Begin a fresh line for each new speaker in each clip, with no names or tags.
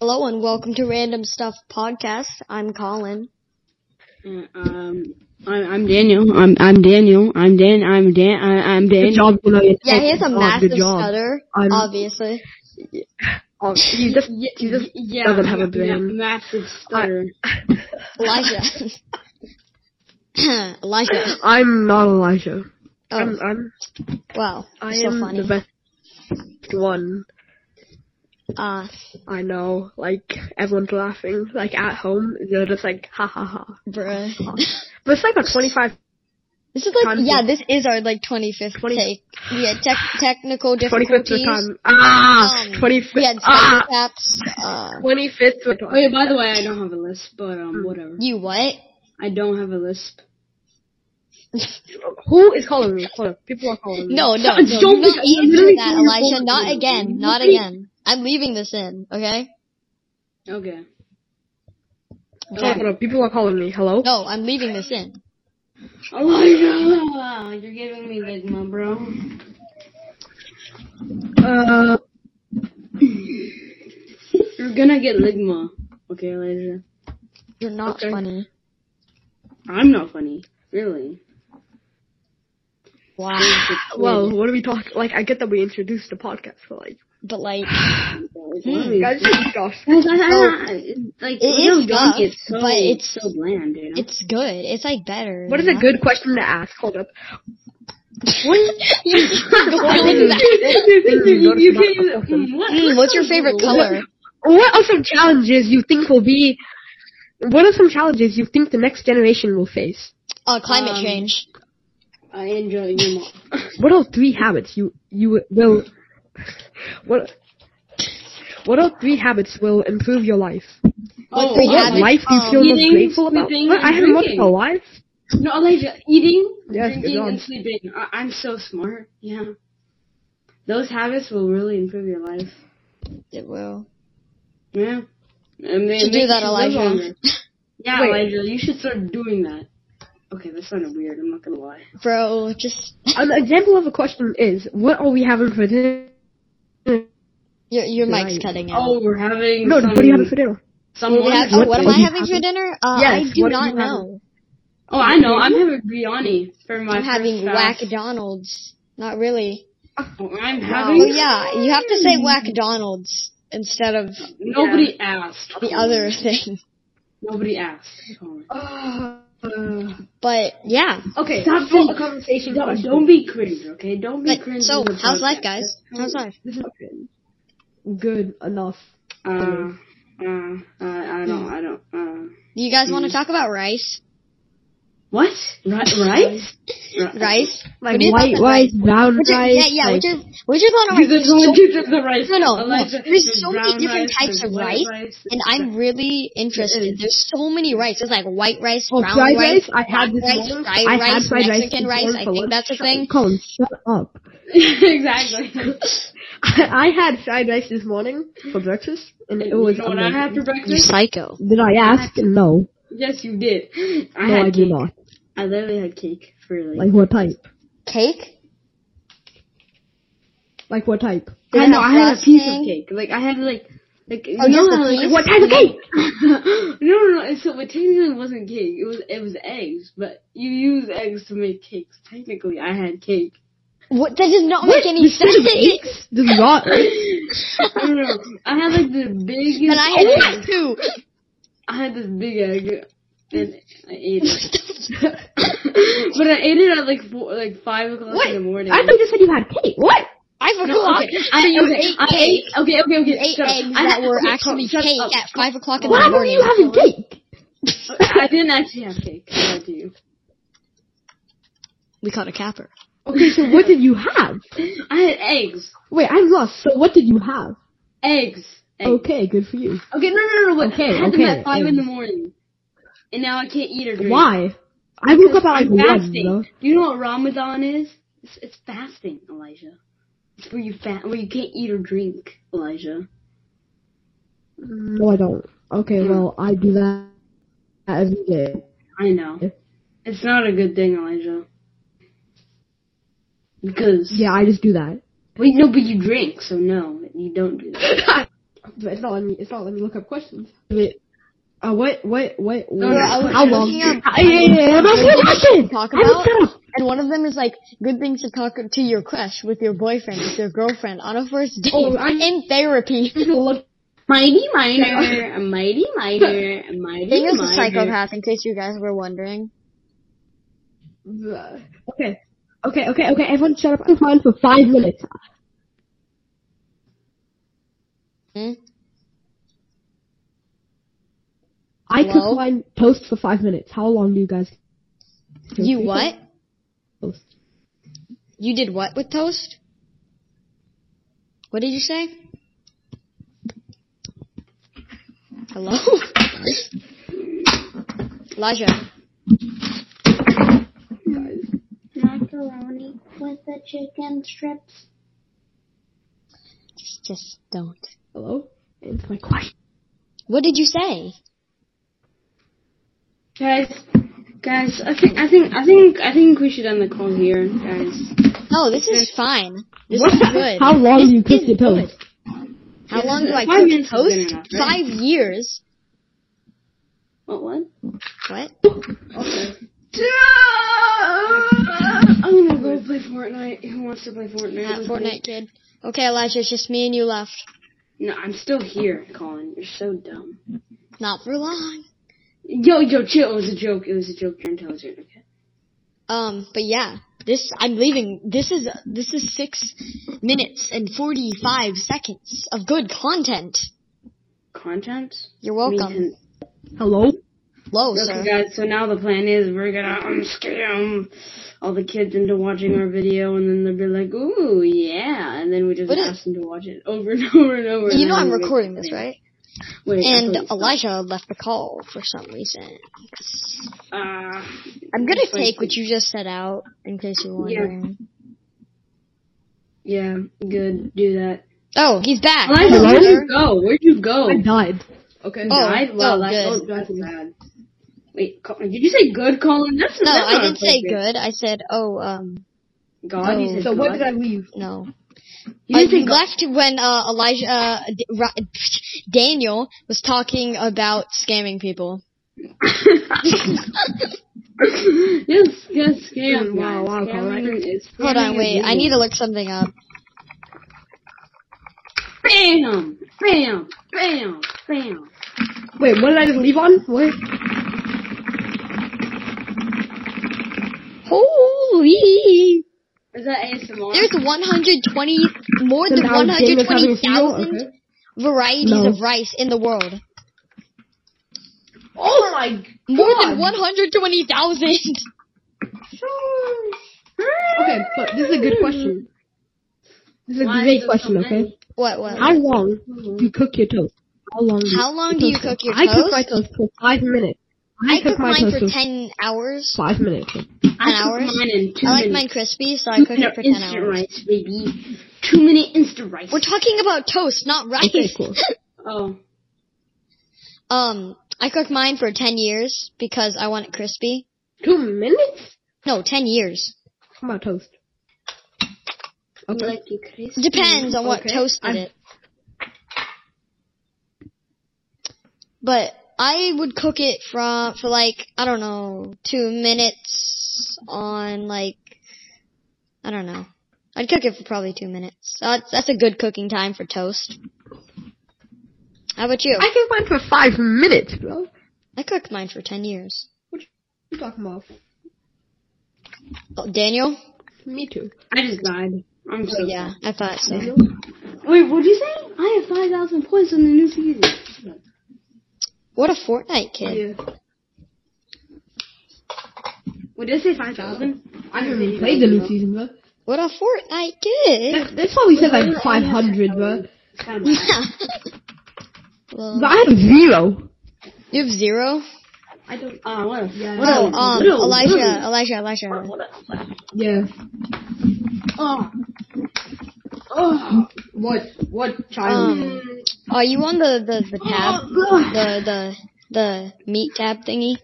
Hello and welcome to Random Stuff Podcast. I'm Colin.
Uh, Um, I'm, I'm Daniel. I'm I'm Daniel. I'm Dan. I'm Dan. I, I'm Dan.
Good job, Julian.
Yeah, he has a
Oh,
massive
good job.
stutter,
I'm-
obviously.
Oh, you just,
Y-
you just,
yeah,
doesn't have a
yeah,
brain.
massive stutter.
Elijah. Elijah.
I'm not Elijah.
Oh,
I'm, I'm,
wow.
I
so
am
funny.
the best one.
Uh,
I know. Like everyone's laughing. Like at home, they're just like ha ha ha.
bruh.
But it's like a 25.
This is like,
Content.
yeah, this is our like 25th
Twenty-
take. We had tech, technical
25th of
difficulties.
time. Ah!
Um,
25th.
We had sound
ah!
caps. Uh,
25th of time.
Wait, Oh, by the way, I don't have a lisp, but um, whatever.
you what?
I don't have a lisp.
Who is calling me? Hold up. People are calling me.
No, no, no.
Don't
do
be-
not
you
answer
literally
that,
threw your
Elijah.
phone
Not
away.
again. Not
Really?
again. I'm leaving this in, okay?
Okay.
Hold up, hold up. People are calling me. Hello?
No, I'm leaving this in.
Elijah, you're giving me ligma, bro.
Uh,
You're gonna get ligma. Okay, Elijah.
You're not
Okay.
funny.
I'm not funny, really.
Wow.
well, what are we talking? Like, I get that we introduced the podcast, but like,
But like,
Guys,
guys, gosh,
like,
It
you
is
know,
tough,
don't get so,
but it's-
so bland, dude.
it's good. It's like better.
what is
you
a
know?
good question to ask? Hold up.
You go back. Mm, what's your favorite color?
What are some challenges you think will be? What are some challenges you think the next generation will face?
Uh, climate
Um,
change.
I enjoy you more.
What are three habits you you will? What? What are three habits will improve your life?
What
Oh,
three
oh,
What
habits?
life do you
um,
feel most
Eating,
grateful about?
sleeping,
What, I
and
have
drinking.
multiple lives.
No, Elijah, eating,
Yes, good
drinking, and
job.
sleeping. I- I'm so smart. Yeah. Those habits will really improve your life.
It will.
Yeah. And they
You should do
make
that,
you live
Elijah.
longer. Yeah,
Wait.
Elijah, you should start doing that. Okay, that sounded weird. I'm not gonna lie.
Bro, just
An example of a question is, what are we having for dinner?
your your mic's
Right.
cutting out.
Oh, we're having
No,
some,
what are you having for dinner?
some
What do we have- oh,
wonderful-
what am
what
I
do you
having for
have?
dinner? Uh,
Yes,
I do
what do you
not
have?
know.
Oh, I know. I'm having biryani for my
I'm having
first
Whack
fast.
Donalds. Not really.
Oh, I'm
Oh
having.
yeah, you have to say Whack Donalds instead of
Nobody asked.
the other thing.
Nobody asked. Sorry.
But yeah.
okay,
Stop
so
being-
a conversation
Don't,
question.
don't be cringe, okay? Don't be
But,
cringe.
so,
in the
how's life,
podcast.
guys? How's life?
This is good enough.
Uh, uh, I, I
Mm.
don't, I don't. Uh,
Do you guys want to
Mm.
talk about rice?
what? Right? Right?
Rice?
Like
do you
white
think about
rice, brown
What's your,
rice.
yeah, yeah.
like,
What's your what's your thought on rice?
You
There's
just want
so-
to give them the rice.
No, no, no.
Elijah,
There's so many
brown
different
rice,
types
there's
of
white
rice, and I'm really interested.
is.
There's so many rice. There's like white rice,
Oh,
brown
fried
rice,
rice? I had this
rice,
morning.
fried
I had
rice,
fried rice
Mexican
this
rice.
morning
I
for
think
lunch.
that's a thing.
Colin, shut up.
exactly.
I, I had fried rice this morning for breakfast, and it was
you know what I
amazing.
had for
You
breakfast?
psycho.
Did I ask? No.
Yes, you did. I
No,
had
I
cake.
do not.
I literally had cake for like.
Like what type?
Cake?
Like what type?
Did
I
it
know.
have
I had a piece
frosting?
of cake. Like I had like like you
Oh,
know
just the
how, like,
piece?
What type of cake?
no, no, no. So it technically wasn't cake. It was it was eggs, but you use eggs to make cakes. Technically, I had cake.
What? That does not make any
You said
sense.
eggs? This is not.
I don't know. I had like the biggest.
And I had
egg.
that too.
I had this big egg, and I ate it. but I ate it at like four, like five o'clock
What?
in the morning.
I thought you said you had cake. What?
Five
No,
o'clock.
okay.
So
I,
you
okay,
ate
I
cake.
ate. Okay, okay, okay.
You ate
shut up.
eggs
I
that
had-
were
okay,
actually
shut
cake
up.
at five o'clock in the
What happened to
morning.
you having cake?
I didn't actually have cake. I do.
We caught a capper.
Okay, so what did you have?
I had eggs.
Wait, I'm lost. So what did you have?
Eggs. Eggs.
Okay, good for you.
Okay, no, no, no, wait.
Okay,
I had
okay,
them at 5 in the
eggs.
morning. And now I can't eat or drink.
Why? I woke up at like
I'm
one.
fasting.
Though.
Do you know what Ramadan is? It's, it's fasting, Elijah. It's where you fast, where you can't eat or drink, Elijah.
No, I don't. Okay, well I do that every day.
I know.
Yeah.
It's not a good thing, Elijah. Because
Yeah, I just do that.
wait, no, but you drink, so no, you don't do that.
But it's not letting me. It's not letting me look up questions. Wait. Uh, what? What? What?
No, no, I was
how long?
looking up-
Uh, yeah, yeah, yeah, that's my question.
Talk
I
about-
looked it up.
And one of them is like good things to talk to your crush with your boyfriend, with your girlfriend on a first date
Oh, I-
in therapy.
I looked-
Mighty minor, a mighty minor, a mighty
Daniel's a
minor.
psychopath, in case you guys were wondering.
uh, Okay. Okay. Okay. Okay. Everyone, shut up and fine for five minutes.
Hmm?
I
Hello?
could find posts for five minutes. How long do you guys?
You what?
Post.
You did what with toast? What did you say? Hello? Elijah.
macaroni with the chicken strips.
Just, just don't.
Hello. It's my question.
What did you say?
Guys, guys, I think, I think, I think, I think we should end the call here, guys.
No, this is fine. This is good.
How long
This
do you cook
is
your toast?
good. How long do I
Five
cook
minutes is good
toast?
enough, right?
Five years.
What? What?
What?
Okay. I'm gonna go play Fortnite. Who wants to play Fortnite?
Not
with me?
Fortnite kid. Okay, Elijah, it's just me and you left.
No, I'm still here, Colin. You're so dumb.
Not for long.
Yo, yo, chill. It was a joke. It was a joke. You're intelligent. Okay.
Um, but yeah, this I'm leaving. This is this is six minutes and forty five seconds of good content.
Content.
You're
I
welcome.
mean,
Hello.
Hello,
Okay,
sir.
guys. So now the plan is we're gonna um, scam all the kids into watching our video, and then they'll be like, "Ooh, yeah," and then we just
But it-
ask them to watch it over and over and over.
You
and
know
then
I'm
we make
recording
them
this,
think.
right?
Wait, I
And
thought you stopped.
Elijah left the call for some reason.
Uh,
I'm gonna
it's like-
take what you just said out in case you're wondering.
Yeah, good.
Mm-hmm.
Do that.
Oh, he's back.
Elijah,
Hello,
where'd you
sir.
go? Oh, Where'd you go?
I died. Okay.
Oh,
died? Wow,
oh,
that's,
good.
that's bad. Wait, Colin, did you say good, Colin? That's
No,
that's
I
not
didn't say Oh.
appropriate.
good. I said, oh, um,
God, you
No.
said
So
God.
what did I leave?
no.
You
I
didn't say God.
left when uh, Elijah uh, D- Ra- Daniel was talking about scamming people.
yes, yes, scam.
Wow,
guys.
wow,
Scamming is-
Hold on,
scamming
wait.
is
I need to look something up.
Bam! Bam! Bam! Bam!
Wait, what did I just leave on? What?
Holy!
Is that ASMR?
There's 120, more
Then
than
how Jane was having a funeral?
120,000 varieties
No.
of rice in the world.
Oh my
More than 120,000.
Okay, but this is a good question. This is a
Why is
great
there
question,
so
okay?
many?
What? What?
How long do you cook your toast? How long? do you
How long
cook
do
your
you
toast
cook your
for? I cook
toast?
my toast for five minutes.
I cook
my
mine
toast
for
for
10 hours.
five minutes.
I
An
cook
hour?
mine in two
I like mine
minutes.
crispy, so I cook
Two-minute
it for 10
instant
hours.
rice, baby. Two minute instant rice.
We're talking about toast, not rice.
Okay, cool.
oh,
Um, I cooked mine for 10 years because I want it crispy.
Two minutes?
No, 10 years.
How about toast?
you
Okay.
like it crispy.
Depends on what
Okay,
toasted
I'm-
it. But I would cook it from for like I don't know two minutes on like I don't know. I'd cook it for probably two minutes. So that's, that's a good cooking time for toast. How about you?
I cook mine for five minutes, bro. What
I cooked mine for ten years.
you talking about?
Oh, Daniel?
Me too.
I just died. I'm so
Oh, yeah, I thought so.
Wait, what did you say? I have 5,000 points on the new season.
What a Fortnite kid.
Yeah.
What did I say 5,000?
I
Mm,
haven't even played the new season, bro.
What a Fortnite kid.
That's why we said like 500, bro.
Yeah. Well,
But I have zero.
you have zero.
I don't. Uh, what? a-
Yeah.
What? a-
Oh, um,
what a-
Elijah,
what a-
Elijah, Elijah.
What a-
Yeah.
Oh. Oh.
What? What child?
Um, are you on the the the tab,
Oh, God.
the the the meat tab thingy?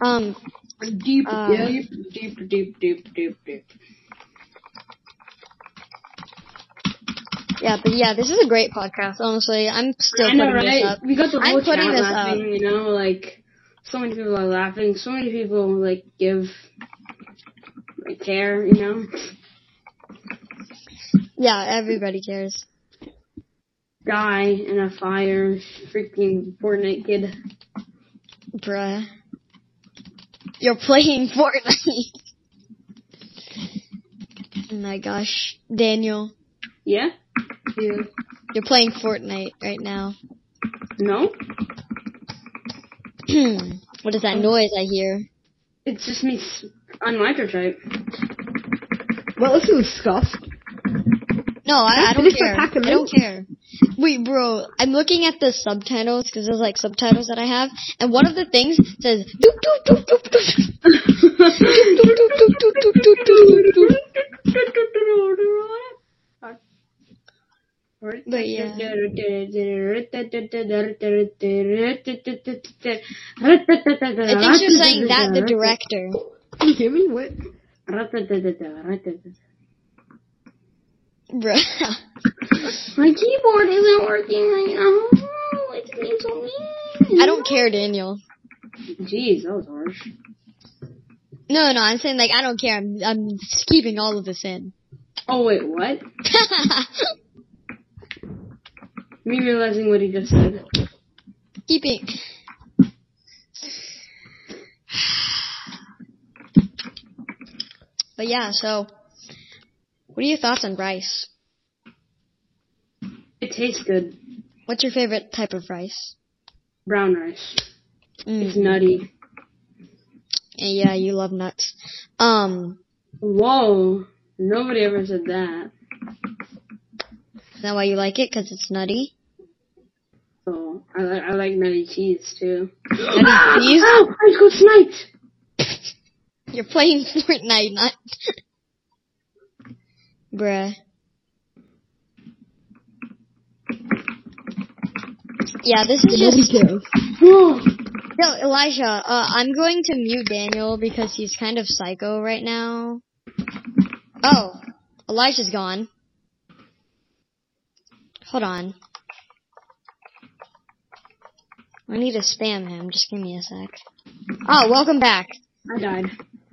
Um,
Deep,
Um,
deep, deep, deep, deep, deep, deep.
Yeah, but yeah, this is a great podcast. Honestly, I'm still
I know,
putting this
right?
up.
We got the
I'm
whole chat
putting this up.
laughing, you know, like so many people are laughing, so many people like give like care, you know.
Yeah, everybody cares.
Guy in a fire, freaking Fortnite kid.
Bruh. You're playing Fortnite. oh my gosh. Daniel,
Yeah? Yeah.
you're playing Fortnite right now.
No?
what is that noise I hear?
It's just me s- on microchip.
Well, let's discuss.
No, I, I don't
Finish the
care. I
pack of
don't
milk.
care. Wait, bro, I'm looking at the subtitles because there's like subtitles that I have, and one of the things says doop doop doop doop doop. But yeah. I think she's saying that the director.
Can you hear me? What?
Bruh.
My keyboard isn't working right now. It's being so mean.
I don't care, Daniel.
Jeez, that was harsh.
No, no, I'm saying like I don't care. I'm I'm keeping all of this in.
Oh wait, what? Me realizing what he just said.
keeping. But yeah, so what are your thoughts on rice?
It tastes good.
What's your favorite type of rice?
Brown rice. It's
Mm.
nutty.
And yeah, you love nuts. Um,
Whoa. Nobody ever said that.
is that why you like it? Cause it's nutty.
So I, li- I like nutty cheese too.
Nutty cheese?
Oh, I got sniped.
You're playing Fortnite, not. Bruh. Yeah, this is
Nobody
just.
cares.
Whoa.
No, Elijah, uh, I'm going to mute Daniel because he's kind of psycho right now. Oh, Elijah's gone. Hold on. I need to spam him. Just give me a sec. Oh, welcome back.
I died.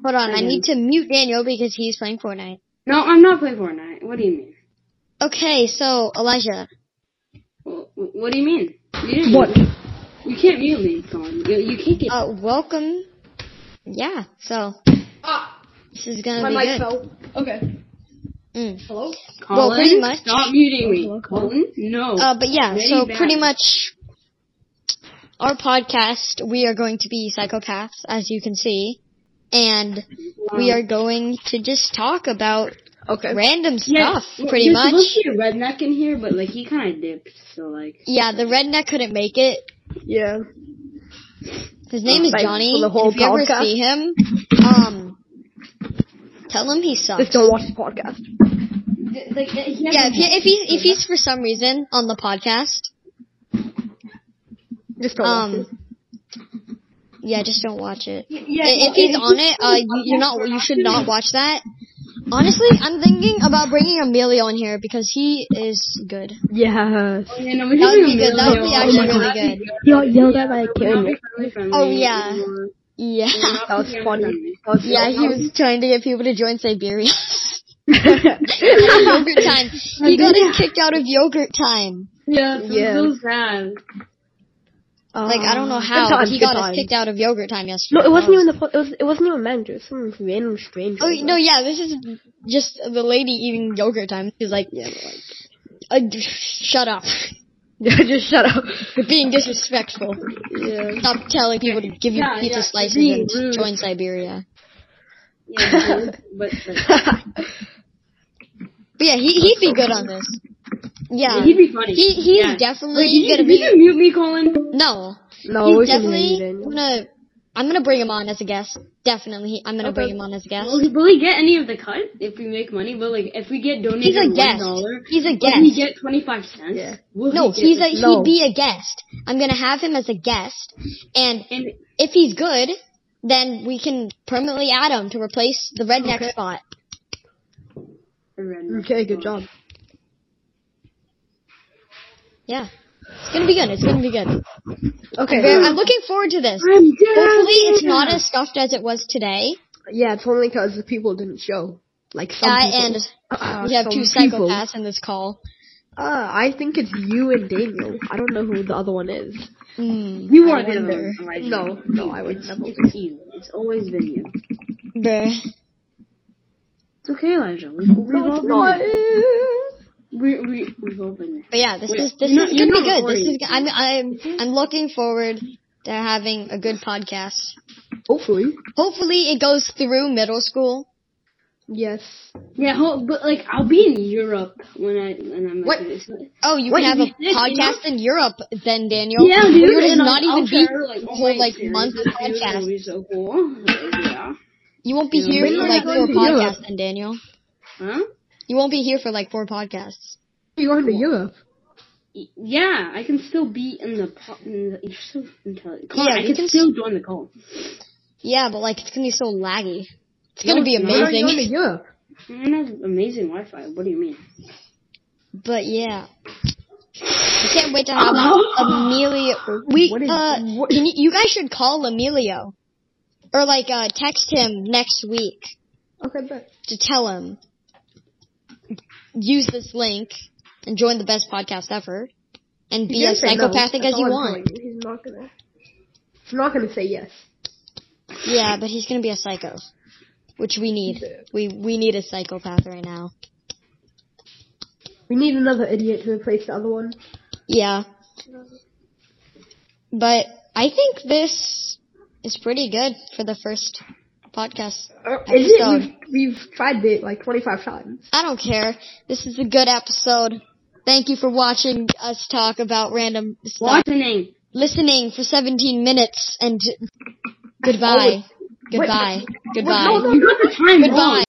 Hold on, I
Okay.
need to mute Daniel because he's playing Fortnite.
No, I'm not playing Fortnite. What do you mean?
Okay, so Elijah,
Wh- wh- What do you mean? You didn't
What?
You can't mute me, Colin. You, you can't get.
uh, welcome. Yeah, so this is gonna
My
be
mic
good.
fell. Okay.
Mm.
Hello?
well,
Colin,
pretty much- Oh,
Stop muting me,
Hello,
Colin. No.
Uh, but yeah,
Oh, Very
so
bad.
pretty much our podcast, we are going to be psychopaths, as you can see, and we are going to just talk about
Okay.
random
Yeah,
stuff,
well,
pretty
you're
much.
supposed to be a redneck in here, but like he kind of dipped, so like.
Yeah, the redneck couldn't make it.
Yeah.
His name is
Thanks
Johnny.
for the whole
if you ever
podcast.
see him, um, tell him he sucks.
Just don't watch the podcast.
Yeah, if, he, if he's if he's for some reason on the podcast,
Just don't watch
um,
it.
yeah, just don't watch it.
Yeah,
I- if he's on it, uh, you- you're not you should not watch that. Honestly, I'm thinking about bringing Emilio on here because he is good.
Yes.
You know, we
That
should
would
do
be
a
good. That would
video
be
on
actually
it.
really
That'd be
good.
Yo, yo, that by
We're not
camera.
family friendly.
Oh, yeah.
We're- we're
Yeah,
not
That was
family
funny.
friendly.
That was
yeah, he was trying to get people to join Siberia. yogurt time. He got him kicked out of yogurt time.
Yeah, it's
Yeah.
so sad.
Like I don't know
Um,
how but he got us kicked out of yogurt time yesterday.
No, it wasn't even the. po- It was. It wasn't even manager. Some random stranger.
Oh no, yeah, this is just the lady eating yogurt time. She's like,
Yeah. but, Like.
uh, shut up.
Yeah. Just shut up.
You're being disrespectful.
Yeah.
Stop telling people to give you
Yeah,
pizza
yeah,
slices
being
and
rude.
join Siberia.
Yeah, but, but
But yeah, he he'd be good on this. Yeah.
he'd be funny.
He he's
Yeah.
definitely
Wait, did you,
gonna
did
be
you mute me, Colin?
no.
Oh,
no, we
he's
shouldn't do
definitely
anything.
gonna I'm gonna bring him on as a guest. Definitely, he- I'm gonna
Okay.
bring him on as a guest.
Will he, will he get any of the cut if we make money? But like, if we get donated
He's a
one
guest.
dollar,
He's a
will he
guest.
get twenty five cents?
Yeah.
Will he
No,
get-
he's a
No.
he'd be a guest. I'm gonna have him as a guest, and
And
if he's good, then we can permanently add him to replace the redneck spot.
a redneck.
Okay. Good job.
Yeah. It's gonna be good. It's gonna be good.
Okay.
Very- I'm looking forward to this.
I'm dead.
Hopefully, it's not as stuffed as it was today.
Yeah, it's only because the people didn't show. Like some
Yeah,
people.
and
Uh,
we have
some
two
people.
psychopaths in this call.
Uh, I think it's you and Daniel. I don't know who the other one is.
Mm.
I
You are the
wonder
other.
if I-
No, no, I would never.
It's you. It's always been you.
Bruh.
It's okay, Elijah. We've, we've all been there.
Not.
We, we, we've all been there.
But yeah, this
Wait,
is this
you're
is gonna
not- you're
be
not
good. This is
worried.
g- I'm I'm I'm looking forward to having a good podcast.
Hopefully.
Hopefully, it goes through middle school.
Yes.
Yeah, ho- but like I'll be in Europe when I when I'm
What?
making this.
Oh, you
Wait,
can have
you
a
did,
podcast in Europe then, Daniel.
Yeah, dude.
You would
and
not
I'll,
even
I'll
be
share, like, all
whole,
my
like, month of
experiences, dude, it'll be so cool. Yeah.
You won't be
Yeah,
here
we're
for
not
like
going
four
to
podcasts
Europe.
then, Daniel.
Huh?
You won't be here for like four podcasts.
You're going to Europe.
Y- Yeah, I can still be in the. Po- in the you're so intelligent. Come on,
Yeah,
I
you
can,
can
still join the call.
Yeah, but like it's gonna be so laggy. It's
No,
gonna be
it's not.
You're going to
amazing.
Europe.
I have amazing Wi-Fi. What do you mean?
But yeah. I can't wait to have Emilio. We
What is-
uh,
what-
can you, you guys should call Emilio, or like uh, text him next week
Okay, but
to tell him use this link and join the best podcast ever, and be as psychopathic as you want.
He's not gonna. He's not gonna say yes.
Yeah, but he's gonna be a psycho, which we need. We we need a psychopath right now.
We need another idiot to replace the other one.
Yeah. But I think this is pretty good for the first podcast.
Is it?
Episode.
We've, we've tried it like 25 times.
I don't care. This is a good episode. Thank you for watching us talk about random stuff.
Listening.
Listening for 17 minutes and goodbye.
wait.
Goodbye.
Well,
Goodbye.
Oh, no, no,
You got the time wrong.
Goodbye.